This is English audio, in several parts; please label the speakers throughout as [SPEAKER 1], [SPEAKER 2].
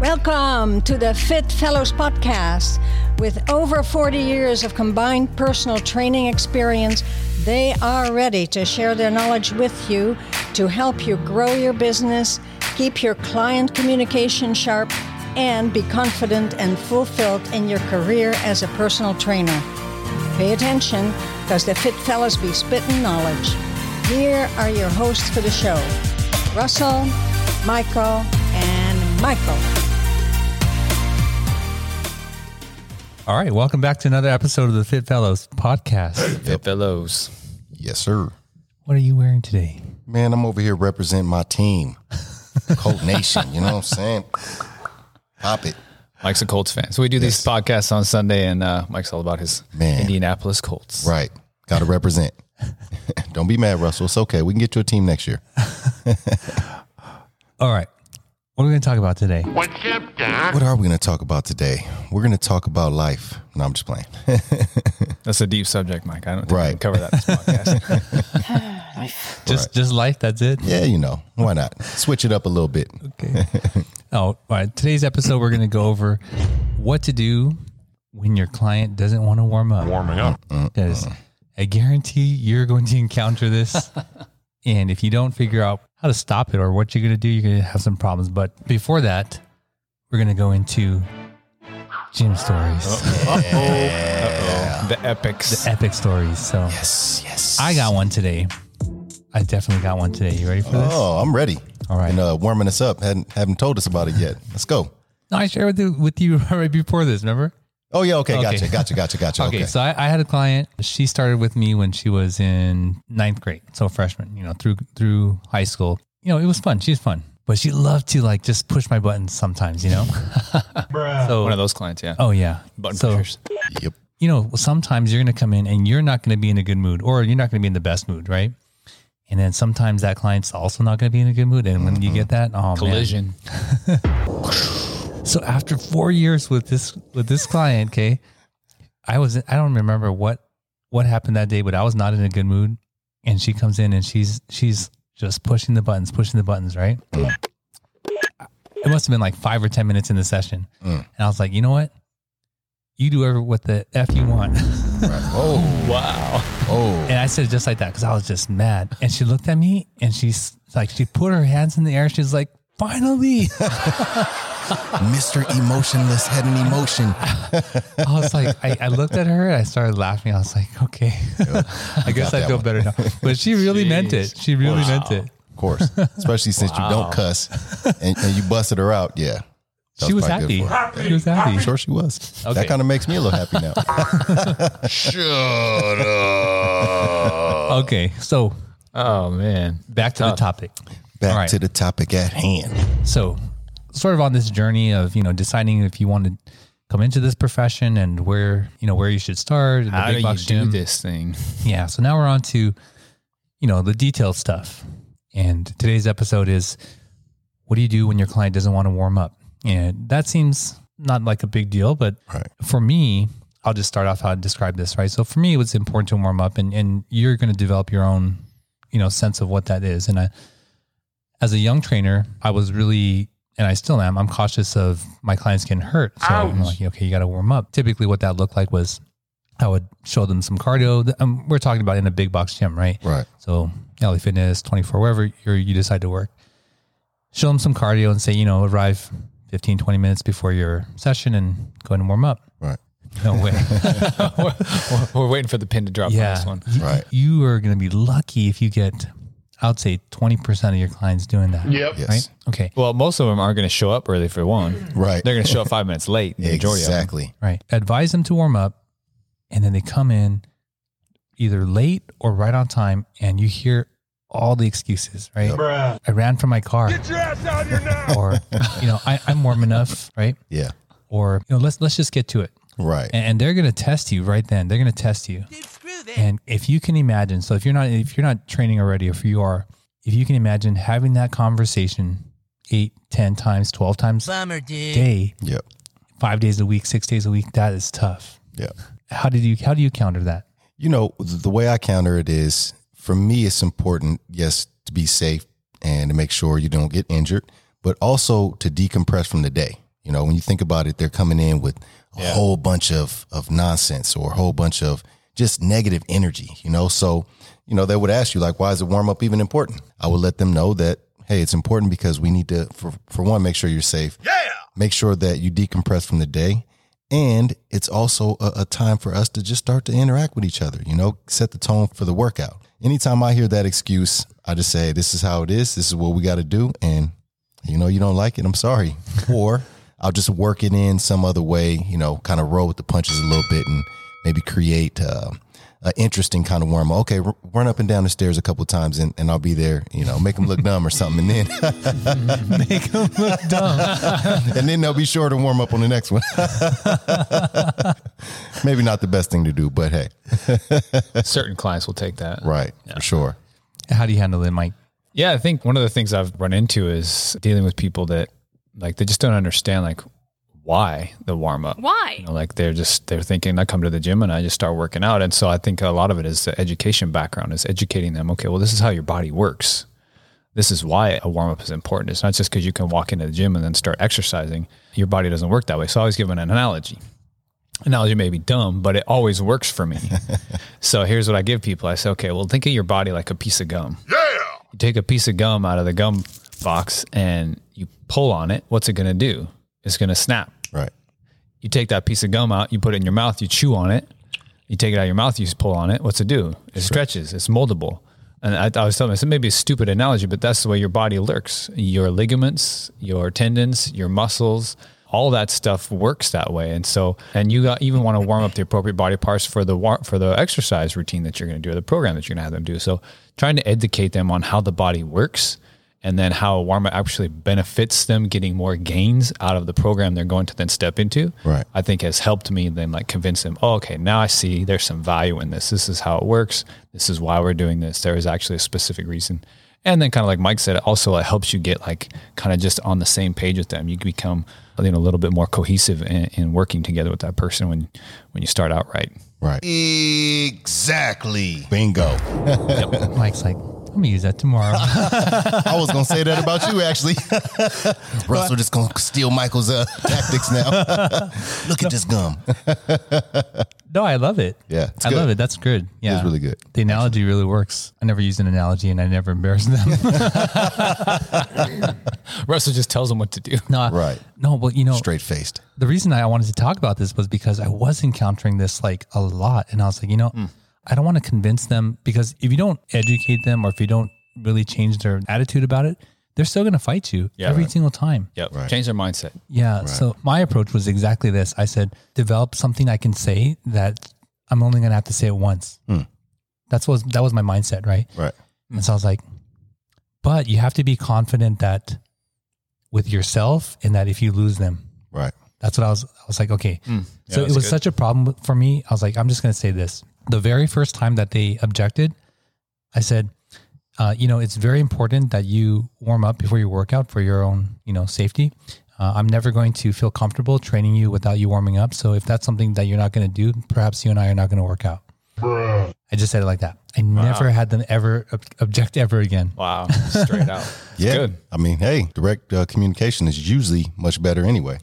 [SPEAKER 1] Welcome to the Fit Fellows Podcast. With over 40 years of combined personal training experience, they are ready to share their knowledge with you to help you grow your business, keep your client communication sharp, and be confident and fulfilled in your career as a personal trainer. Pay attention because the Fit Fellas be spitting knowledge. Here are your hosts for the show Russell, Michael, and Michael.
[SPEAKER 2] All right, welcome back to another episode of the Fit Fellows podcast.
[SPEAKER 3] Fit Fellows.
[SPEAKER 4] Yes, sir.
[SPEAKER 2] What are you wearing today?
[SPEAKER 4] Man, I'm over here representing my team, Colt Nation. You know what I'm saying? Pop it,
[SPEAKER 3] Mike's a Colts fan. So we do these podcasts on Sunday, and uh, Mike's all about his
[SPEAKER 4] Man.
[SPEAKER 3] Indianapolis Colts.
[SPEAKER 4] right? Got to represent. Don't be mad, Russell. It's okay. We can get you a team next year.
[SPEAKER 2] All right, what are we going to talk about today?
[SPEAKER 5] What's up, Doc?
[SPEAKER 4] What are we going to talk about today? We're going to talk about life. No, I'm just playing.
[SPEAKER 3] That's a deep subject, Mike. I don't think we can
[SPEAKER 4] Right.
[SPEAKER 3] cover that in this podcast.
[SPEAKER 2] Just just life, that's it?
[SPEAKER 4] yeah, you know why not? Switch it up a little bit.
[SPEAKER 2] Okay. oh, all right. Today's episode, we're going to go over what to do when your client doesn't want to warm up. Warming
[SPEAKER 5] up.
[SPEAKER 2] Because I guarantee you're going to encounter this. and if you don't figure out how to stop it or what you're going to do, you're going to have some problems. But before that, we're going to go into gym stories,
[SPEAKER 3] the epics.
[SPEAKER 2] epic stories. So
[SPEAKER 4] Yes, yes.
[SPEAKER 2] I got one today. I definitely got one today. You ready for this?
[SPEAKER 4] Oh, I'm ready.
[SPEAKER 2] All right.
[SPEAKER 4] And uh, warming us up. Hadn't haven't told us about it yet. Let's go.
[SPEAKER 2] No, I shared with you, with you right before this, remember?
[SPEAKER 4] Oh yeah. Okay.
[SPEAKER 2] Okay.
[SPEAKER 4] Gotcha. Gotcha. Gotcha. Gotcha.
[SPEAKER 2] Okay, so I, I had a client. She started with me when she was in ninth grade, so freshman. You know, through through high school. You know, it was fun. She was fun, but she loved to like just push my buttons sometimes. You know, so
[SPEAKER 3] One of those clients, yeah.
[SPEAKER 2] oh yeah,
[SPEAKER 3] Button
[SPEAKER 2] so
[SPEAKER 3] pushers.
[SPEAKER 4] Yep.
[SPEAKER 2] you know sometimes you're going to come in and you're not going to be in a good mood, or you're not going to be in the best mood, right? And then sometimes that client's also not going to be in a good mood, and when you get that, oh man,
[SPEAKER 3] Collision.
[SPEAKER 2] so after four years with this with this client, okay, I was I don't remember what what happened that day, but I was not in a good mood. And she comes in and she's she's just pushing the buttons, pushing the buttons, right? It must have been like five or ten minutes in the session,
[SPEAKER 4] Mm.
[SPEAKER 2] and I was like, you know what? You do whatever what the f you want.
[SPEAKER 4] Oh.
[SPEAKER 3] Wow.
[SPEAKER 4] Oh.
[SPEAKER 2] And I said it just like that because I was just mad. And she looked at me and she's like, she put her hands in the air. She's like, finally.
[SPEAKER 4] Mr. Emotionless had an emotion.
[SPEAKER 2] I was like, I, I looked at her and I started laughing. I was like, okay, I guess I
[SPEAKER 4] that
[SPEAKER 2] feel
[SPEAKER 4] one.
[SPEAKER 2] better now. But she really meant it. She really meant it.
[SPEAKER 4] Of course, especially since you don't cuss and, and you busted her out. Yeah, That
[SPEAKER 2] She was
[SPEAKER 4] probably
[SPEAKER 2] happy.
[SPEAKER 4] good for her.
[SPEAKER 2] She was happy.
[SPEAKER 4] I'm sure she was.
[SPEAKER 2] Okay.
[SPEAKER 4] That kind of makes me a little happy now.
[SPEAKER 5] Shut up.
[SPEAKER 2] Okay, so
[SPEAKER 3] Oh, man.
[SPEAKER 2] back to the topic.
[SPEAKER 4] Back
[SPEAKER 2] All right.
[SPEAKER 4] to the topic at hand.
[SPEAKER 2] So, sort of on this journey of you know deciding if you want to come into this profession and where you know where you should start. in the
[SPEAKER 3] How
[SPEAKER 2] big
[SPEAKER 3] do you
[SPEAKER 2] box gym.
[SPEAKER 3] do this thing?
[SPEAKER 2] Yeah. So now we're on to, you know, the detailed stuff. And today's episode is what do you do when your client doesn't want to warm up? And that seems not like a big deal, but
[SPEAKER 4] Right.
[SPEAKER 2] for me, I'll just start off how I describe this, right? So for me, it was important to warm up and, and you're going to develop your own, you know, sense of what that is. And I, as a young trainer, I was really, and I still am, I'm cautious of my clients getting hurt. So I'm like, okay, you got to warm up. Typically, what that looked like was I would show them some cardio. Th- Um, we're talking about in a big box gym, right?
[SPEAKER 4] Right.
[SPEAKER 2] So LA Fitness, 24, wherever you're, you decide to work. Show them some cardio and say, you know, arrive 15, 20 minutes before your session and go in and warm up.
[SPEAKER 4] Right.
[SPEAKER 2] No way.
[SPEAKER 3] We're, we're waiting for the pin to drop on
[SPEAKER 2] yeah.
[SPEAKER 3] this one.
[SPEAKER 2] You-
[SPEAKER 4] Right.
[SPEAKER 2] You are going to be lucky if you get, I would say 20% of your clients doing that.
[SPEAKER 5] Yep.
[SPEAKER 4] Yes.
[SPEAKER 2] Right. Okay.
[SPEAKER 3] Well, most of them aren't going to show up early for one.
[SPEAKER 4] Right.
[SPEAKER 3] They're going to show up five minutes late. The majority of them.
[SPEAKER 4] exactly.
[SPEAKER 2] Right. Advise them to warm up and then they come in either late or right on time and you hear all the excuses, right? I ran from my car. Get your ass out here now. or you know, I, I'm warm enough, right?
[SPEAKER 4] Yeah.
[SPEAKER 2] Or you know, let's let's just get to it.
[SPEAKER 4] Right.
[SPEAKER 2] And, and they're gonna test you right then. They're gonna test you. And if you can imagine, so if you're not if you're not training already, if you are, if you can imagine having that conversation eight, ten times, twelve times
[SPEAKER 6] Bummer, dude.
[SPEAKER 2] a day,
[SPEAKER 4] yep.
[SPEAKER 2] five days a week, six days a week, that is tough
[SPEAKER 4] Yep.
[SPEAKER 2] how did you how do you counter that
[SPEAKER 4] You know, th- the way I counter it is for me, it's important, yes, to be safe and to make sure you don't get injured, but also to decompress from the day. You know, when you think about it, they're coming in with a whole bunch of of nonsense or a whole bunch of just negative energy. You know, so you know they would ask you like, why is the warm up even important? I would let them know that hey, it's important because we need to for for one make sure you're safe. Yeah. Make sure that you decompress from the day. And it's also a, a time for us to just start to interact with each other, you know, set the tone for the workout. Anytime I hear that excuse, I just say, this is how it is. This is what we got to do. And, you know, you don't like it. I'm sorry. Or I'll just work it in some other way, you know, kind of roll with the punches a little bit and maybe create uh, an interesting kind of warm. Okay, r- run up and down the stairs a couple of times and, and I'll be there, you know, make them look dumb or something. And then,
[SPEAKER 2] Make them look dumb.
[SPEAKER 4] and then they'll be sure to warm up on the next one. maybe not the best thing to do, but hey.
[SPEAKER 3] Certain clients will take that.
[SPEAKER 4] Right. For sure.
[SPEAKER 2] How do you handle it, Mike?
[SPEAKER 3] Yeah, I think one of the things I've run into is dealing with people that like they just don't understand like why the warm up.
[SPEAKER 6] Why?
[SPEAKER 3] You know, like they're just they're thinking I come to the gym and I just start working out, and so I think a lot of it is the education background is educating them. Okay, well this is how your body works. This is why a warm up is important. It's not just because you can walk into the gym and then start exercising. Your body doesn't work that way. So I always give an analogy. Analogy may be dumb, but it always works for me. so here's what I give people. I say, okay, well think of your body like a piece of gum you take a piece of gum out of the gum box and you pull on it, what's it going to do? It's going to snap.
[SPEAKER 4] Right.
[SPEAKER 3] You take that piece of gum out, you put it in your mouth, you chew on it. You take it out of your mouth, you pull on it. What's it do? It stretches. It's moldable. And I, I was telling them, I said maybe a stupid analogy, but that's the way your body lurks. Your ligaments, your tendons, your muscles, all that stuff works that way. And so, and you got, even want to warm up the appropriate body parts for the war, for the exercise routine that you're going to do, or the program that you're going to have them do. So, trying to educate them on how the body works and then how warm up actually benefits them getting more gains out of the program they're going to then step into.
[SPEAKER 4] Right.
[SPEAKER 3] I think has helped me then like convince them, oh, okay, now I see there's some value in this. This is how it works. This is why we're doing this. There is actually a specific reason. And then kind of like Mike said, it also it helps you get like kind of just on the same page with them. You can become you know a little bit more cohesive in, in working together with that person when when you start out right.
[SPEAKER 4] Right.
[SPEAKER 5] Exactly.
[SPEAKER 4] Bingo.
[SPEAKER 2] Mike's like, I'm gonna use that tomorrow.
[SPEAKER 4] I was gonna say that about you, actually. Russell just gonna steal Michael's uh, tactics now. Look at this gum.
[SPEAKER 2] no, I love it.
[SPEAKER 4] Yeah, it's
[SPEAKER 2] I
[SPEAKER 4] good.
[SPEAKER 2] love it. That's good. Yeah,
[SPEAKER 4] is really good.
[SPEAKER 2] The analogy really works. I never used an analogy, and I never embarrassed them.
[SPEAKER 3] Russell just tells them what to do.
[SPEAKER 2] no, I-
[SPEAKER 4] Right.
[SPEAKER 2] No, but you know,
[SPEAKER 4] Straight faced.
[SPEAKER 2] the reason I wanted to talk about this was because I was encountering this like a lot, and I was like, you know,
[SPEAKER 4] Mm.
[SPEAKER 2] I don't want to convince them because if you don't educate them or if you don't really change their attitude about it, they're still gonna fight you
[SPEAKER 3] Yeah,
[SPEAKER 2] every
[SPEAKER 3] right.
[SPEAKER 2] single time.
[SPEAKER 3] Yep. Change their mindset.
[SPEAKER 2] Yeah. So my approach was exactly this. I said, develop something I can say that I'm only going to have to say it once. That's what that was my mindset, right?
[SPEAKER 4] Right.
[SPEAKER 2] And so I was like, but you have to be confident that with yourself and that if you lose them,
[SPEAKER 4] Right.
[SPEAKER 2] that's what I was. I was like, okay.
[SPEAKER 3] Hmm.
[SPEAKER 2] so it
[SPEAKER 3] that's
[SPEAKER 2] was
[SPEAKER 3] good.
[SPEAKER 2] such a problem for me. I was like, I'm just going to say this. The very first time that they objected, I said, uh, you know, it's very important that you warm up before your workout for your own, you know, safety. Uh, I'm never going to feel comfortable training you without you warming up. So if that's something that you're not going to do, perhaps you and I are not going to work out. I just said it like that. I never had them ever ob- object ever again.
[SPEAKER 3] Wow. Straight out.
[SPEAKER 4] Yeah.
[SPEAKER 3] Good.
[SPEAKER 4] I mean, hey, direct uh, communication is usually much better anyway.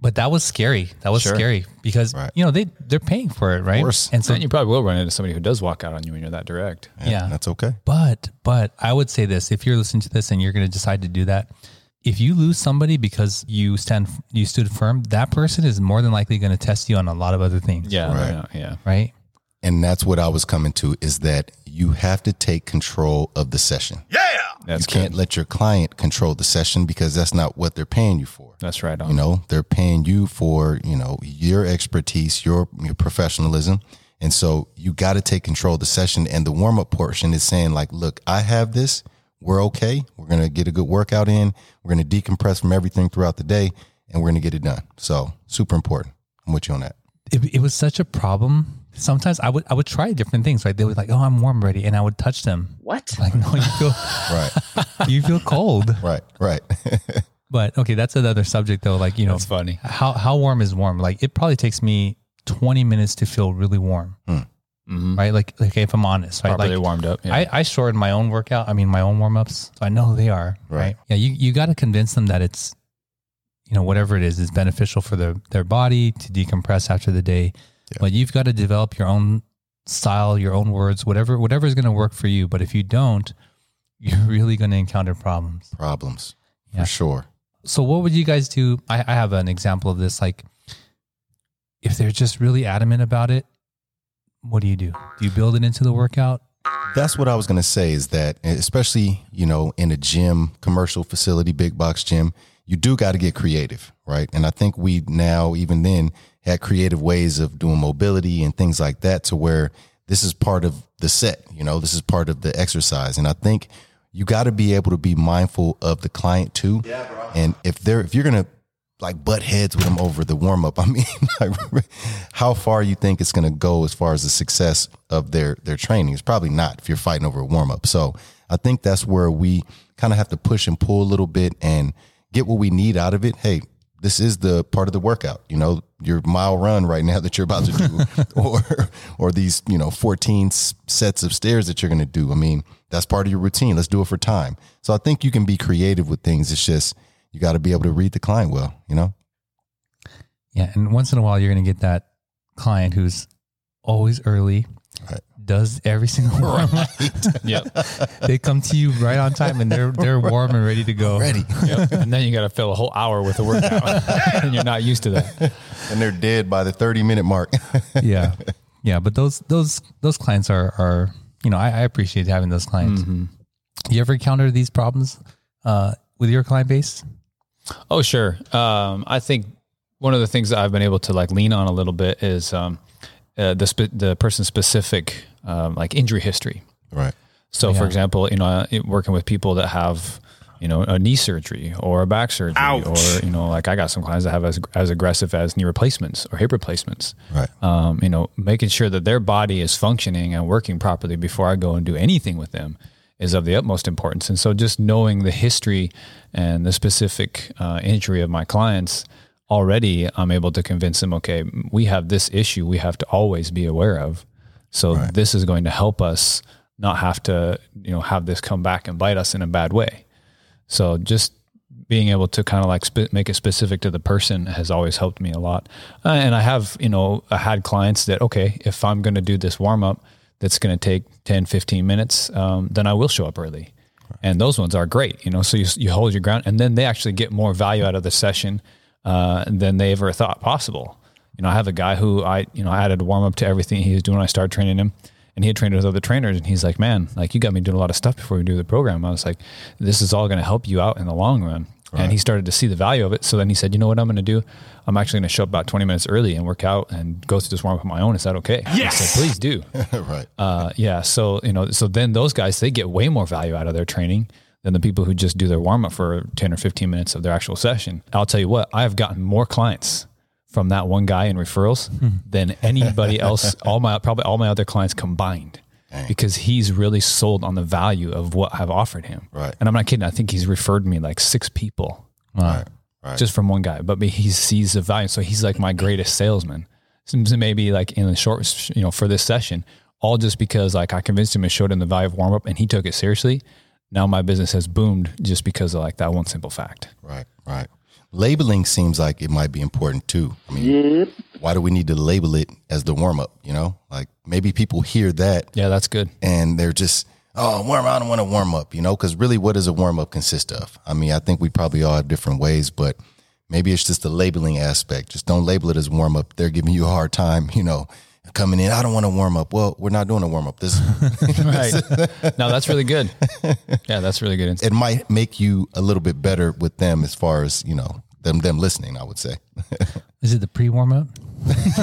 [SPEAKER 2] But that was scary. That was
[SPEAKER 3] Sure.
[SPEAKER 2] scary because
[SPEAKER 4] Right.
[SPEAKER 2] you know they they're paying for it, right?
[SPEAKER 4] course.
[SPEAKER 2] And so
[SPEAKER 3] and you probably will run into somebody who does walk out on you when you're that direct.
[SPEAKER 2] yeah,
[SPEAKER 4] That's okay.
[SPEAKER 2] But but I would say this: if you're listening to this and you're going to decide to do that, if you lose somebody because you stand you stood firm, that person is more than likely going to test you on a lot of other things.
[SPEAKER 3] Yeah.
[SPEAKER 4] Right.
[SPEAKER 3] yeah, Yeah.
[SPEAKER 2] Right.
[SPEAKER 4] And that's what I was coming to is that you have to take control of the session.
[SPEAKER 3] That's
[SPEAKER 4] you can't
[SPEAKER 3] good.
[SPEAKER 4] let your client control the session because that's not what they're paying you for.
[SPEAKER 3] That's right on.
[SPEAKER 4] You know, they're paying you for, you know, your expertise, your, your professionalism. And so you got to take control of the session. And the warm up portion is saying, like, look, I have this. We're okay. We're going to get a good workout in. We're going to decompress from everything throughout the day and we're going to get it done. So super important. I'm with you on that.
[SPEAKER 2] It, it was such a problem. Sometimes I would I would try different things. Right. They would like, oh, I'm warm already, and I would touch them.
[SPEAKER 6] What?
[SPEAKER 2] Like, no, you feel
[SPEAKER 4] Right.
[SPEAKER 2] you feel cold.
[SPEAKER 4] right. Right.
[SPEAKER 2] But okay, that's another subject though. Like you know,
[SPEAKER 3] That's funny.
[SPEAKER 2] how how warm is warm? Like it probably takes me 20 minutes to feel really warm. Right. Like okay, if I'm honest, right?
[SPEAKER 3] Properly
[SPEAKER 2] like,
[SPEAKER 3] warmed up. Yeah.
[SPEAKER 2] I, I shorten my own workout. I mean, my own warm ups. So I know who they are.
[SPEAKER 4] Right.
[SPEAKER 2] Yeah. You, you got to convince them that it's you know, whatever it is, is beneficial for their, their body to decompress after the day. But you've got to develop your own style, your own words, whatever, whatever is going to work for you. But if you don't, you're really going to encounter problems.
[SPEAKER 4] Problems
[SPEAKER 2] Yeah.
[SPEAKER 4] for sure.
[SPEAKER 2] So what would you guys do? I, I have an example of this. Like, if they're just really adamant about it, what do you do? Do you build it into the workout?
[SPEAKER 4] That's what I was going to say is that, especially, you know, in a gym, commercial facility, big box gym, you do got to get creative, right? And I think we now, even then, had creative ways of doing mobility and things like that to where this is part of the set, you know, this is part of the exercise. And I think you got to be able to be mindful of the client too. Yeah, bro. And if they're, if you're going to, like butt heads with them over the warm up. I mean, like, how far you think it's going to go as far as the success of their their training? It's probably not if you're fighting over a warm up. So I think that's where we kind of have to push and pull a little bit and get what we need out of it. Hey, this is the part of the workout. You know, your mile run right now that you're about to do, or or these you know 14 s- sets of stairs that you're going to do. I mean, that's part of your routine. Let's do it for time. So I think you can be creative with things. It's just you got to be able to read the client well, you know?
[SPEAKER 2] Yeah. And once in a while, you're going to get that client who's always early,
[SPEAKER 4] Right.
[SPEAKER 2] does every single warm up.
[SPEAKER 3] Yep.
[SPEAKER 2] they come to you right on time and they're they're warm and ready to go.
[SPEAKER 4] Ready.
[SPEAKER 3] yep. And then you got to fill a whole hour with a workout, and you're not used to that.
[SPEAKER 4] and they're dead by the 30 minute mark.
[SPEAKER 2] Yeah. Yeah. But those those those clients are are you know, I, I appreciate having those clients.
[SPEAKER 4] Mm-hmm.
[SPEAKER 2] You ever encounter these problems uh, with your client base?
[SPEAKER 3] Oh, sure. Um, I think one of the things that I've been able to like lean on a little bit is um, uh, the spe- the person specific um, like injury history.
[SPEAKER 4] right.
[SPEAKER 3] So, for example, you know, uh, it- working with people that have, you know, a knee surgery or a back surgery, or you know, like I got some clients that have as as aggressive as knee replacements or hip replacements.
[SPEAKER 4] Right.
[SPEAKER 3] Um, you know, making sure that their body is functioning and working properly before I go and do anything with them is of the utmost importance. And so, just knowing the history and the specific uh, injury of my clients. Already, I'm able to convince them. Okay, we have this issue. We have to always be aware of. So this is going to help us not have to, you know, have this come back and bite us in a bad way. So just being able to kind of like spe- make it specific to the person has always helped me a lot. Uh, and I have, you know, I had clients that, okay, if I'm going to do this warm up, that's going to take 10, 15 minutes, um, then I will show up early. And those ones are great, you know, so you, you hold your ground and then they actually get more value out of the session uh, than they ever thought possible. You know, I have a guy who I, you know, I added warm up to everything he was doing. I started training him and he had trained with other trainers and he's like, man, like you got me doing a lot of stuff before we do the program. I was like, this is all going to help you out in the long run. And he started to see the value of it. So then he said, you know what I'm going to do? I'm actually going to show up about 20 minutes early and work out and go through this warm up on my own. Is that okay? Yes. I said, please do.
[SPEAKER 4] right.
[SPEAKER 3] Uh, yeah. So, you know, so then those guys, they get way more value out of their training than the people who just do their warm up for 10 or 15 minutes of their actual session. I'll tell you what, I've gotten more clients from that one guy in referrals than anybody else, all my, probably all my other clients combined. Because he's really sold on the value of what I've offered him.
[SPEAKER 4] Right.
[SPEAKER 3] And I'm not kidding. I think he's referred me like six people
[SPEAKER 4] right. Right.
[SPEAKER 3] just from one guy, but he sees the value. So he's like my greatest salesman. So maybe like in the short, you know, for this session, all just because like I convinced him and showed him the value of warm up and he took it seriously. Now my business has boomed just because of like that one simple fact.
[SPEAKER 4] Right. Right. Labeling seems like it might be important too. I mean, why do we need to label it as the warm up? You know, like maybe people hear that
[SPEAKER 3] Yeah, that's good.
[SPEAKER 4] and they're just oh warm I don't want to warm up, you know, because really, what does a warm up consist of? I mean, I think we probably all have different ways, but maybe it's just the labeling aspect. Just don't label it as warm up. They're giving you a hard time, you know, coming in. I don't want to warm up. Well, we're not doing a warm up. This
[SPEAKER 3] Right. no, that's really good. Yeah, that's really good. insight.
[SPEAKER 4] it might make you a little bit better with them as far as you know them them listening. I would say.
[SPEAKER 2] Is it the pre warm up?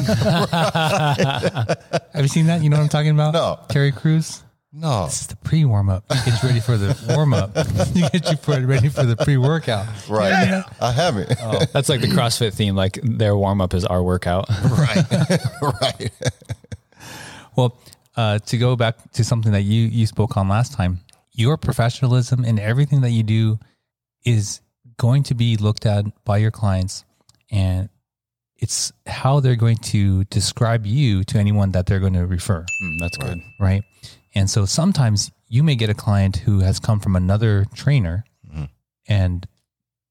[SPEAKER 2] Have you seen that? You know what I'm talking about?
[SPEAKER 4] No.
[SPEAKER 2] Terry Crews?
[SPEAKER 4] No,
[SPEAKER 2] It's the pre warm up. He gets ready for the warm up. you get you for- ready for the pre workout.
[SPEAKER 4] right? I haven't.
[SPEAKER 3] That's like the CrossFit theme. Like their warm up is our workout. Hmm,
[SPEAKER 4] right.
[SPEAKER 2] Well, uh, to go back to something that you you spoke on last time, your professionalism and everything that you do is going to be looked at by your clients, and it's how they're going to describe you to anyone that they're going to refer,
[SPEAKER 3] Mm, that's good.
[SPEAKER 2] right? And so
[SPEAKER 3] Mm-hmm.
[SPEAKER 2] sometimes you may get a client who has come from another trainer, and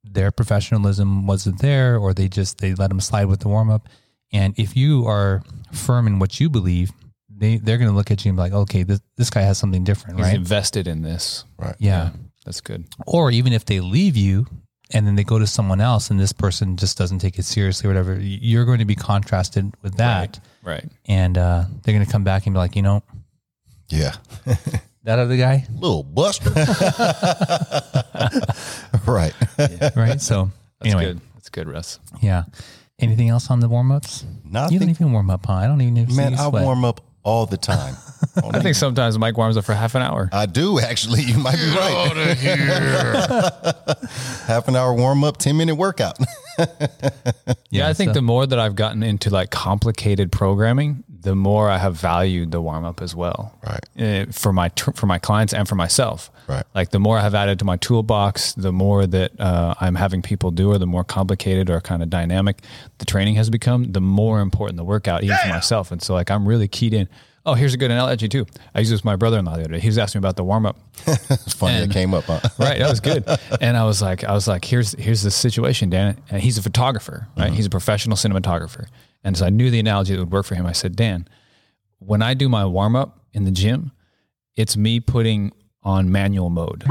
[SPEAKER 2] their professionalism wasn't there or they just they let them slide with the warm up. And if you are firm in what you believe, they they're going to look at you and be like, okay, this this guy has something different,
[SPEAKER 3] He's
[SPEAKER 2] right?
[SPEAKER 3] invested in this.
[SPEAKER 4] Right.
[SPEAKER 2] yeah.
[SPEAKER 3] That's good.
[SPEAKER 2] Or even if they leave you and then they go to someone else and this person just doesn't take it seriously or whatever, y- you're going to be contrasted with that.
[SPEAKER 3] Right.
[SPEAKER 2] And uh, they're going to come back and be like, you know,
[SPEAKER 4] Yeah.
[SPEAKER 2] that other guy,
[SPEAKER 4] Little buster. right.
[SPEAKER 2] right? So
[SPEAKER 3] That's
[SPEAKER 2] anyway,
[SPEAKER 3] good. That's good, Russ.
[SPEAKER 2] yeah. Anything else on the warm ups? You don't
[SPEAKER 4] Nothing.
[SPEAKER 2] even warm up, huh? I don't even see
[SPEAKER 4] Man,
[SPEAKER 2] you
[SPEAKER 4] I
[SPEAKER 2] sweat.
[SPEAKER 4] warm up all the time.
[SPEAKER 3] I think sometimes Mike warms up for half an hour.
[SPEAKER 4] I do actually. You might be right.
[SPEAKER 5] Outta here.
[SPEAKER 4] Half an hour warm up, 10 minute workout.
[SPEAKER 3] Yeah, I think
[SPEAKER 2] so-
[SPEAKER 3] the more that I've gotten into like complicated programming, the more I have valued the warm up as well.
[SPEAKER 4] Right.
[SPEAKER 3] Uh, for my tr- for my clients and for myself.
[SPEAKER 4] Right.
[SPEAKER 3] Like the more I have added to my toolbox, the more that uh, I'm having people do, or the more complicated or kind of dynamic the training has become, the more important the workout even for myself. And so like I'm really keyed in. Oh, here's a good analogy too. I used this with my brother-in-law the other day. He was asking me about the warm up
[SPEAKER 4] It's funny it came up. Huh?
[SPEAKER 3] right that was good and i was like i was like here's here's the situation dan and he's a photographer right he's a professional cinematographer and so i knew the analogy that would work for him i said dan when i do my warm-up in the gym it's me putting on manual mode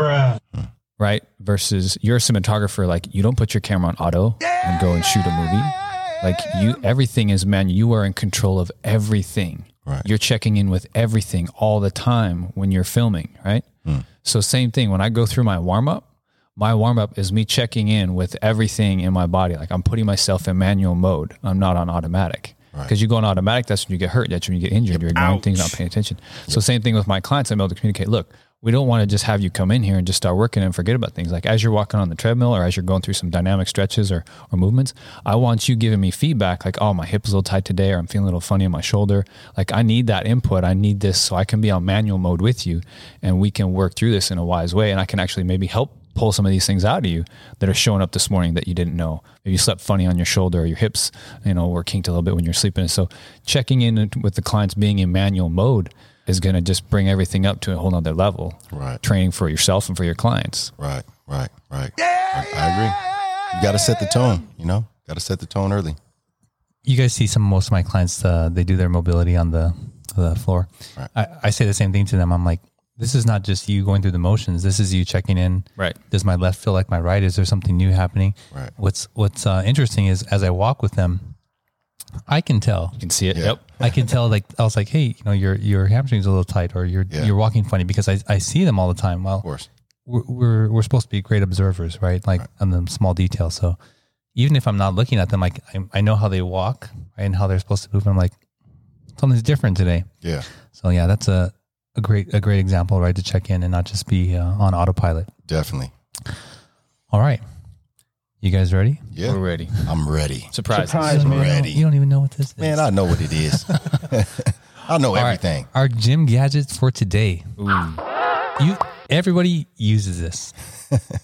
[SPEAKER 3] right versus you're a cinematographer like you don't put your camera on auto and go and shoot a movie like you everything is manual you are in control of everything
[SPEAKER 4] Right.
[SPEAKER 3] you're checking in with everything all the time when you're filming right so same thing when I go through my warm up, my warm up is me checking in with everything in my body. Like I'm putting myself in manual mode. I'm not on automatic. Because you go on automatic, that's when you get hurt. That's when you get injured. You're ignoring things, not paying attention. So same thing with my clients. I'm able to communicate. Look, we don't want to just have you come in here and just start working and forget about things. Like as you're walking on the treadmill or as you're going through some dynamic stretches or or movements, I want you giving me feedback. Like, oh, my hip is a little tight today, or I'm feeling a little funny on my shoulder. Like I need that input. I need this so I can be on manual mode with you, and we can work through this in a wise way. And I can actually maybe help pull some of these things out of you that are showing up this morning that you didn't know. Maybe you slept funny on your shoulder or your hips, you know, were kinked a little bit when you're sleeping. So checking in with the clients being in manual mode is going to just bring everything up to a whole nother level.
[SPEAKER 4] Right.
[SPEAKER 3] Training for yourself and for your clients.
[SPEAKER 4] Right, right, right. I, I agree. You got to set the tone, you know? Got to set the tone early.
[SPEAKER 2] you guys see some most of my clients uh, they do their mobility on the the floor I, I say the same thing to them i'm like this is not just you going through the motions this is you checking in
[SPEAKER 3] Right.
[SPEAKER 2] does my left feel like my right is there something new happening
[SPEAKER 4] Right.
[SPEAKER 2] what's what's uh, interesting is as i walk with them i can tell
[SPEAKER 3] You can see it.
[SPEAKER 4] Yeah.
[SPEAKER 3] Yep.
[SPEAKER 2] I can tell like I was like, hey, you know, your your hamstring's a little tight, or you're
[SPEAKER 4] Yeah.
[SPEAKER 2] you're walking funny because I, I see them all the time. Well,
[SPEAKER 4] Of course.
[SPEAKER 2] we're, we're we're supposed to be great observers, right? Like on the small details. So even if I'm not looking at them, like I, I know how they walk right, and how they're supposed to move. I'm like something's different today.
[SPEAKER 4] Yeah.
[SPEAKER 2] So yeah, that's a a great a great example, right? To check in and not just be uh, on autopilot.
[SPEAKER 4] Definitely.
[SPEAKER 2] All right, you guys ready?
[SPEAKER 4] Yeah.
[SPEAKER 3] We're ready.
[SPEAKER 4] I'm ready.
[SPEAKER 3] Surprise.
[SPEAKER 2] You don't even know-
[SPEAKER 4] ready.
[SPEAKER 2] You don't even know what this is.
[SPEAKER 4] Man, I know what it is. I know
[SPEAKER 2] All right,
[SPEAKER 4] everything.
[SPEAKER 2] Our gym gadgets for today.
[SPEAKER 3] Ooh.
[SPEAKER 2] you everybody uses this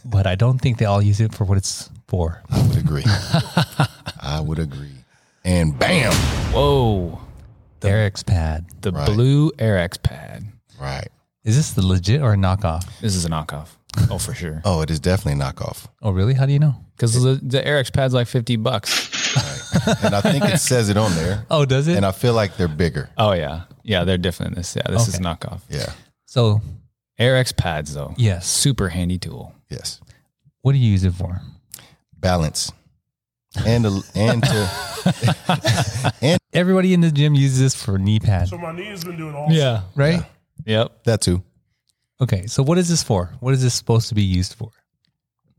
[SPEAKER 2] but i don't think they all use it for what it's for
[SPEAKER 4] I would agree. I would agree. And bam.
[SPEAKER 3] Whoa.
[SPEAKER 2] eric's pad
[SPEAKER 3] The
[SPEAKER 4] Right.
[SPEAKER 3] blue AirX pad.
[SPEAKER 4] Right.
[SPEAKER 2] is this the legit or a knockoff
[SPEAKER 3] This is a knockoff. Oh, for sure.
[SPEAKER 4] Oh, it is definitely a knockoff.
[SPEAKER 2] oh really how do you know
[SPEAKER 3] Because the, the AirX pad's like 50 bucks.
[SPEAKER 4] And I think it says it on there.
[SPEAKER 2] oh does it
[SPEAKER 4] And I feel like they're bigger.
[SPEAKER 3] Oh, yeah. Yeah, they're different than this. Yeah, this is
[SPEAKER 2] Okay.
[SPEAKER 3] knockoff.
[SPEAKER 4] Yeah.
[SPEAKER 2] so
[SPEAKER 3] AirX pads, though.
[SPEAKER 2] Yes.
[SPEAKER 3] Super handy tool.
[SPEAKER 4] Yes.
[SPEAKER 2] what do you use it for
[SPEAKER 4] Balance. And to, and to
[SPEAKER 2] everybody in the gym uses this for knee pad
[SPEAKER 6] So my knee has been doing all
[SPEAKER 3] Yeah.
[SPEAKER 2] right
[SPEAKER 3] Yep.
[SPEAKER 4] that too.
[SPEAKER 2] okay so what is this for what is this supposed to be used for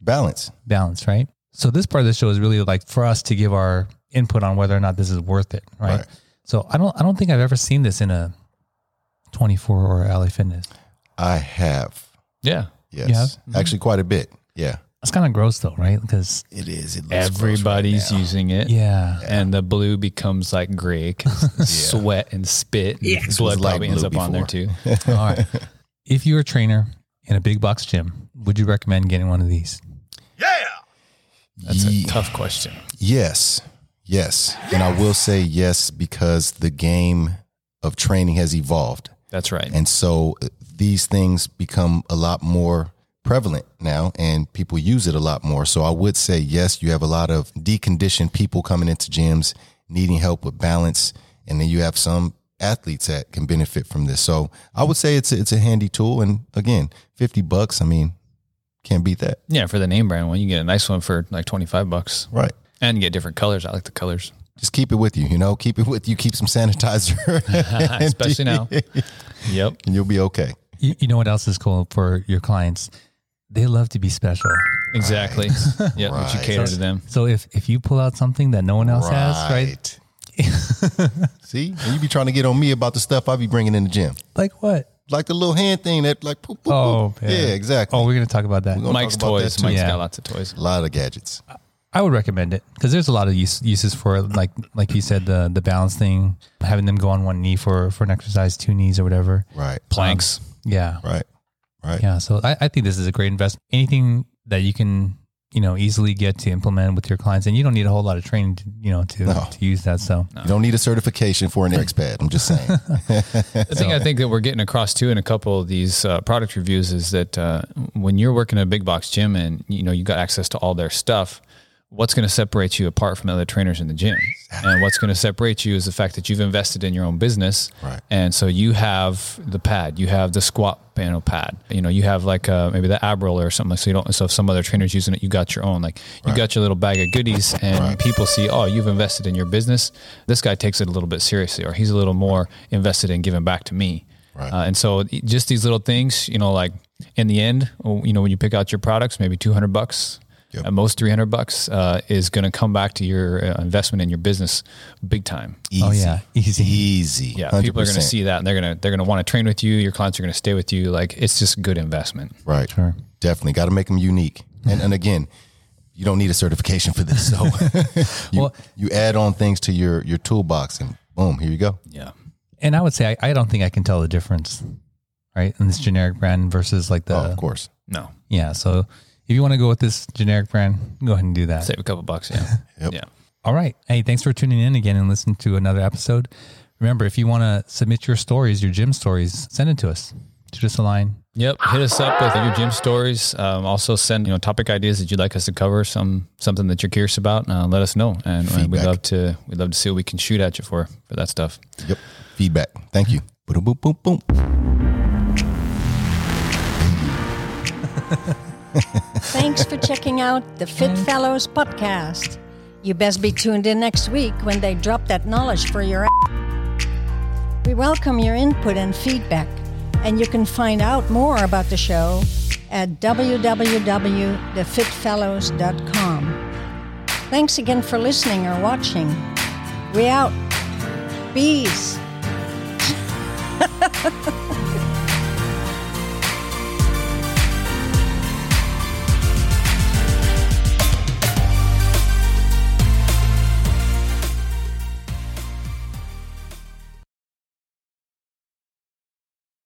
[SPEAKER 4] Balance.
[SPEAKER 2] balance right so this part of the show is really like for us to give our input on whether or not this is worth it right,
[SPEAKER 4] Right.
[SPEAKER 2] so i don't i don't think i've ever seen this in a 24 or la fitness
[SPEAKER 4] I have.
[SPEAKER 3] Yeah. Mm-hmm.
[SPEAKER 4] Yes. Actually quite a bit. Yeah.
[SPEAKER 2] It's kind of gross though, right? Because
[SPEAKER 4] It is. It looks gross right
[SPEAKER 3] Everybody's
[SPEAKER 4] now.
[SPEAKER 3] using it.
[SPEAKER 2] yeah,
[SPEAKER 3] And the blue becomes like gray 'cause sweat and spit and blood
[SPEAKER 4] was light
[SPEAKER 3] probably ends
[SPEAKER 4] blue
[SPEAKER 3] up on there too.
[SPEAKER 2] all right. If you're a trainer in a big box gym, would you recommend getting one of these?
[SPEAKER 3] That's
[SPEAKER 4] Ye-
[SPEAKER 3] a tough question.
[SPEAKER 4] Yes. Yes. And I will say yes because the game of training has evolved.
[SPEAKER 3] That's right.
[SPEAKER 4] And so uh, these things become a lot more prevalent now and people use it a lot more. So I would say, yes, you have a lot of deconditioned people coming into gyms needing help with balance. And then you have some athletes that can benefit from this. So I would say it's a, it's a handy tool. And again, 50 bucks, I mean, can't beat that.
[SPEAKER 3] Yeah, for the name brand one, you get a nice one for like twenty five bucks,
[SPEAKER 4] Right.
[SPEAKER 3] and you get different colors. I like the colors,
[SPEAKER 4] Just keep it with you, you know, keep it with you, keep some sanitizer,
[SPEAKER 3] especially now. Yep.
[SPEAKER 4] and you'll be okay.
[SPEAKER 2] You, you know what else is cool for your clients? They love to be special.
[SPEAKER 3] Exactly. Yeah, but you
[SPEAKER 4] Right.
[SPEAKER 3] cater to them.
[SPEAKER 2] So if if you pull out something that no one else has, right?
[SPEAKER 4] See, and you be trying to get on me about the stuff I be bringing in the gym,
[SPEAKER 2] Like what?
[SPEAKER 4] like the little hand thing that, like, boop, boop,
[SPEAKER 2] Oh,
[SPEAKER 4] boop. yeah, exactly.
[SPEAKER 2] Oh, we're gonna talk about that.
[SPEAKER 4] gonna
[SPEAKER 3] Mike's
[SPEAKER 4] talk about that
[SPEAKER 3] toys.
[SPEAKER 4] too.
[SPEAKER 3] Mike's
[SPEAKER 2] Yeah.
[SPEAKER 3] got lots of toys.
[SPEAKER 4] a lot of gadgets.
[SPEAKER 2] I would recommend it because there's a lot of use, uses for it. Like like you said, the the balance thing, having them go on one knee for for an exercise, two knees or whatever.
[SPEAKER 4] Right,
[SPEAKER 3] Planks.
[SPEAKER 2] Yeah,
[SPEAKER 4] right, right.
[SPEAKER 2] yeah. So I, I think this is a great investment. Anything that you can you know easily get to implement with your clients, and you don't need a whole lot of training, to, you know, to
[SPEAKER 4] No.
[SPEAKER 2] to use that. So
[SPEAKER 4] You don't need a certification for an X pad. I'm just saying.
[SPEAKER 3] The thing I think that we're getting across too in a couple of these uh, product reviews is that uh, when you're working at a big box gym and you know you got access to all their stuff, what's going to separate you apart from other trainers in the gym, and what's going to separate you is the fact that you've invested in your own business,
[SPEAKER 4] Right.
[SPEAKER 3] and so you have the pad, you have the squat panel pad, you know you have like uh, maybe the ab roller or something. like So you don't. So if some other trainers using it, you got your own. Like you got your little bag of goodies, and people see, oh, you've invested in your business. This guy takes it a little bit seriously, or he's a little more invested in giving back to me.
[SPEAKER 4] Right.
[SPEAKER 3] Uh, and so just these little things, you know, like in the end, oh, you know, when you pick out your products, maybe two hundred bucks.
[SPEAKER 4] Yep.
[SPEAKER 3] At most, three hundred bucks uh, is going to come back to your uh, investment in your business, big time.
[SPEAKER 4] Easy.
[SPEAKER 2] oh yeah, easy.
[SPEAKER 4] Easy.
[SPEAKER 3] Yeah, people are going to
[SPEAKER 4] 100%.
[SPEAKER 3] see that, and they're going to they're going to want to train with you. Your clients are going to stay with you. Like it's just a good investment.
[SPEAKER 4] Right. Definitely got to make them unique. And and again, you don't need a certification for this. So you, you add on things to your your toolbox, and boom, here you go.
[SPEAKER 3] Yeah,
[SPEAKER 2] And I would say I, I don't think I can tell the difference, right? In this generic brand versus like the
[SPEAKER 4] Oh, of course.
[SPEAKER 3] no,
[SPEAKER 2] yeah. So if you want to go with this generic brand, go ahead and do that.
[SPEAKER 3] save a couple bucks. Yeah,
[SPEAKER 4] Yep.
[SPEAKER 3] yeah.
[SPEAKER 2] All right. Hey, thanks for tuning in again and listening to another episode. Remember, if you want to submit your stories, your gym stories, send it to us to just align.
[SPEAKER 3] Yep. Hit us up with your gym stories. Um, also send you know topic ideas that you'd like us to cover. Some something that you're curious about. Uh, let us know, and, and we
[SPEAKER 4] Feedback.
[SPEAKER 3] love to we love to see what we can shoot at you for for that stuff.
[SPEAKER 4] Yep. Feedback. Thank you. Boom, boom, boom, boom.
[SPEAKER 1] Thanks for checking out the Fit Fellows podcast. You best be tuned in next week when they drop that knowledge for your ass. We welcome your input and feedback, and you can find out more about the show at www.thefitfellows.com. Thanks again for listening or watching. We out. Peace.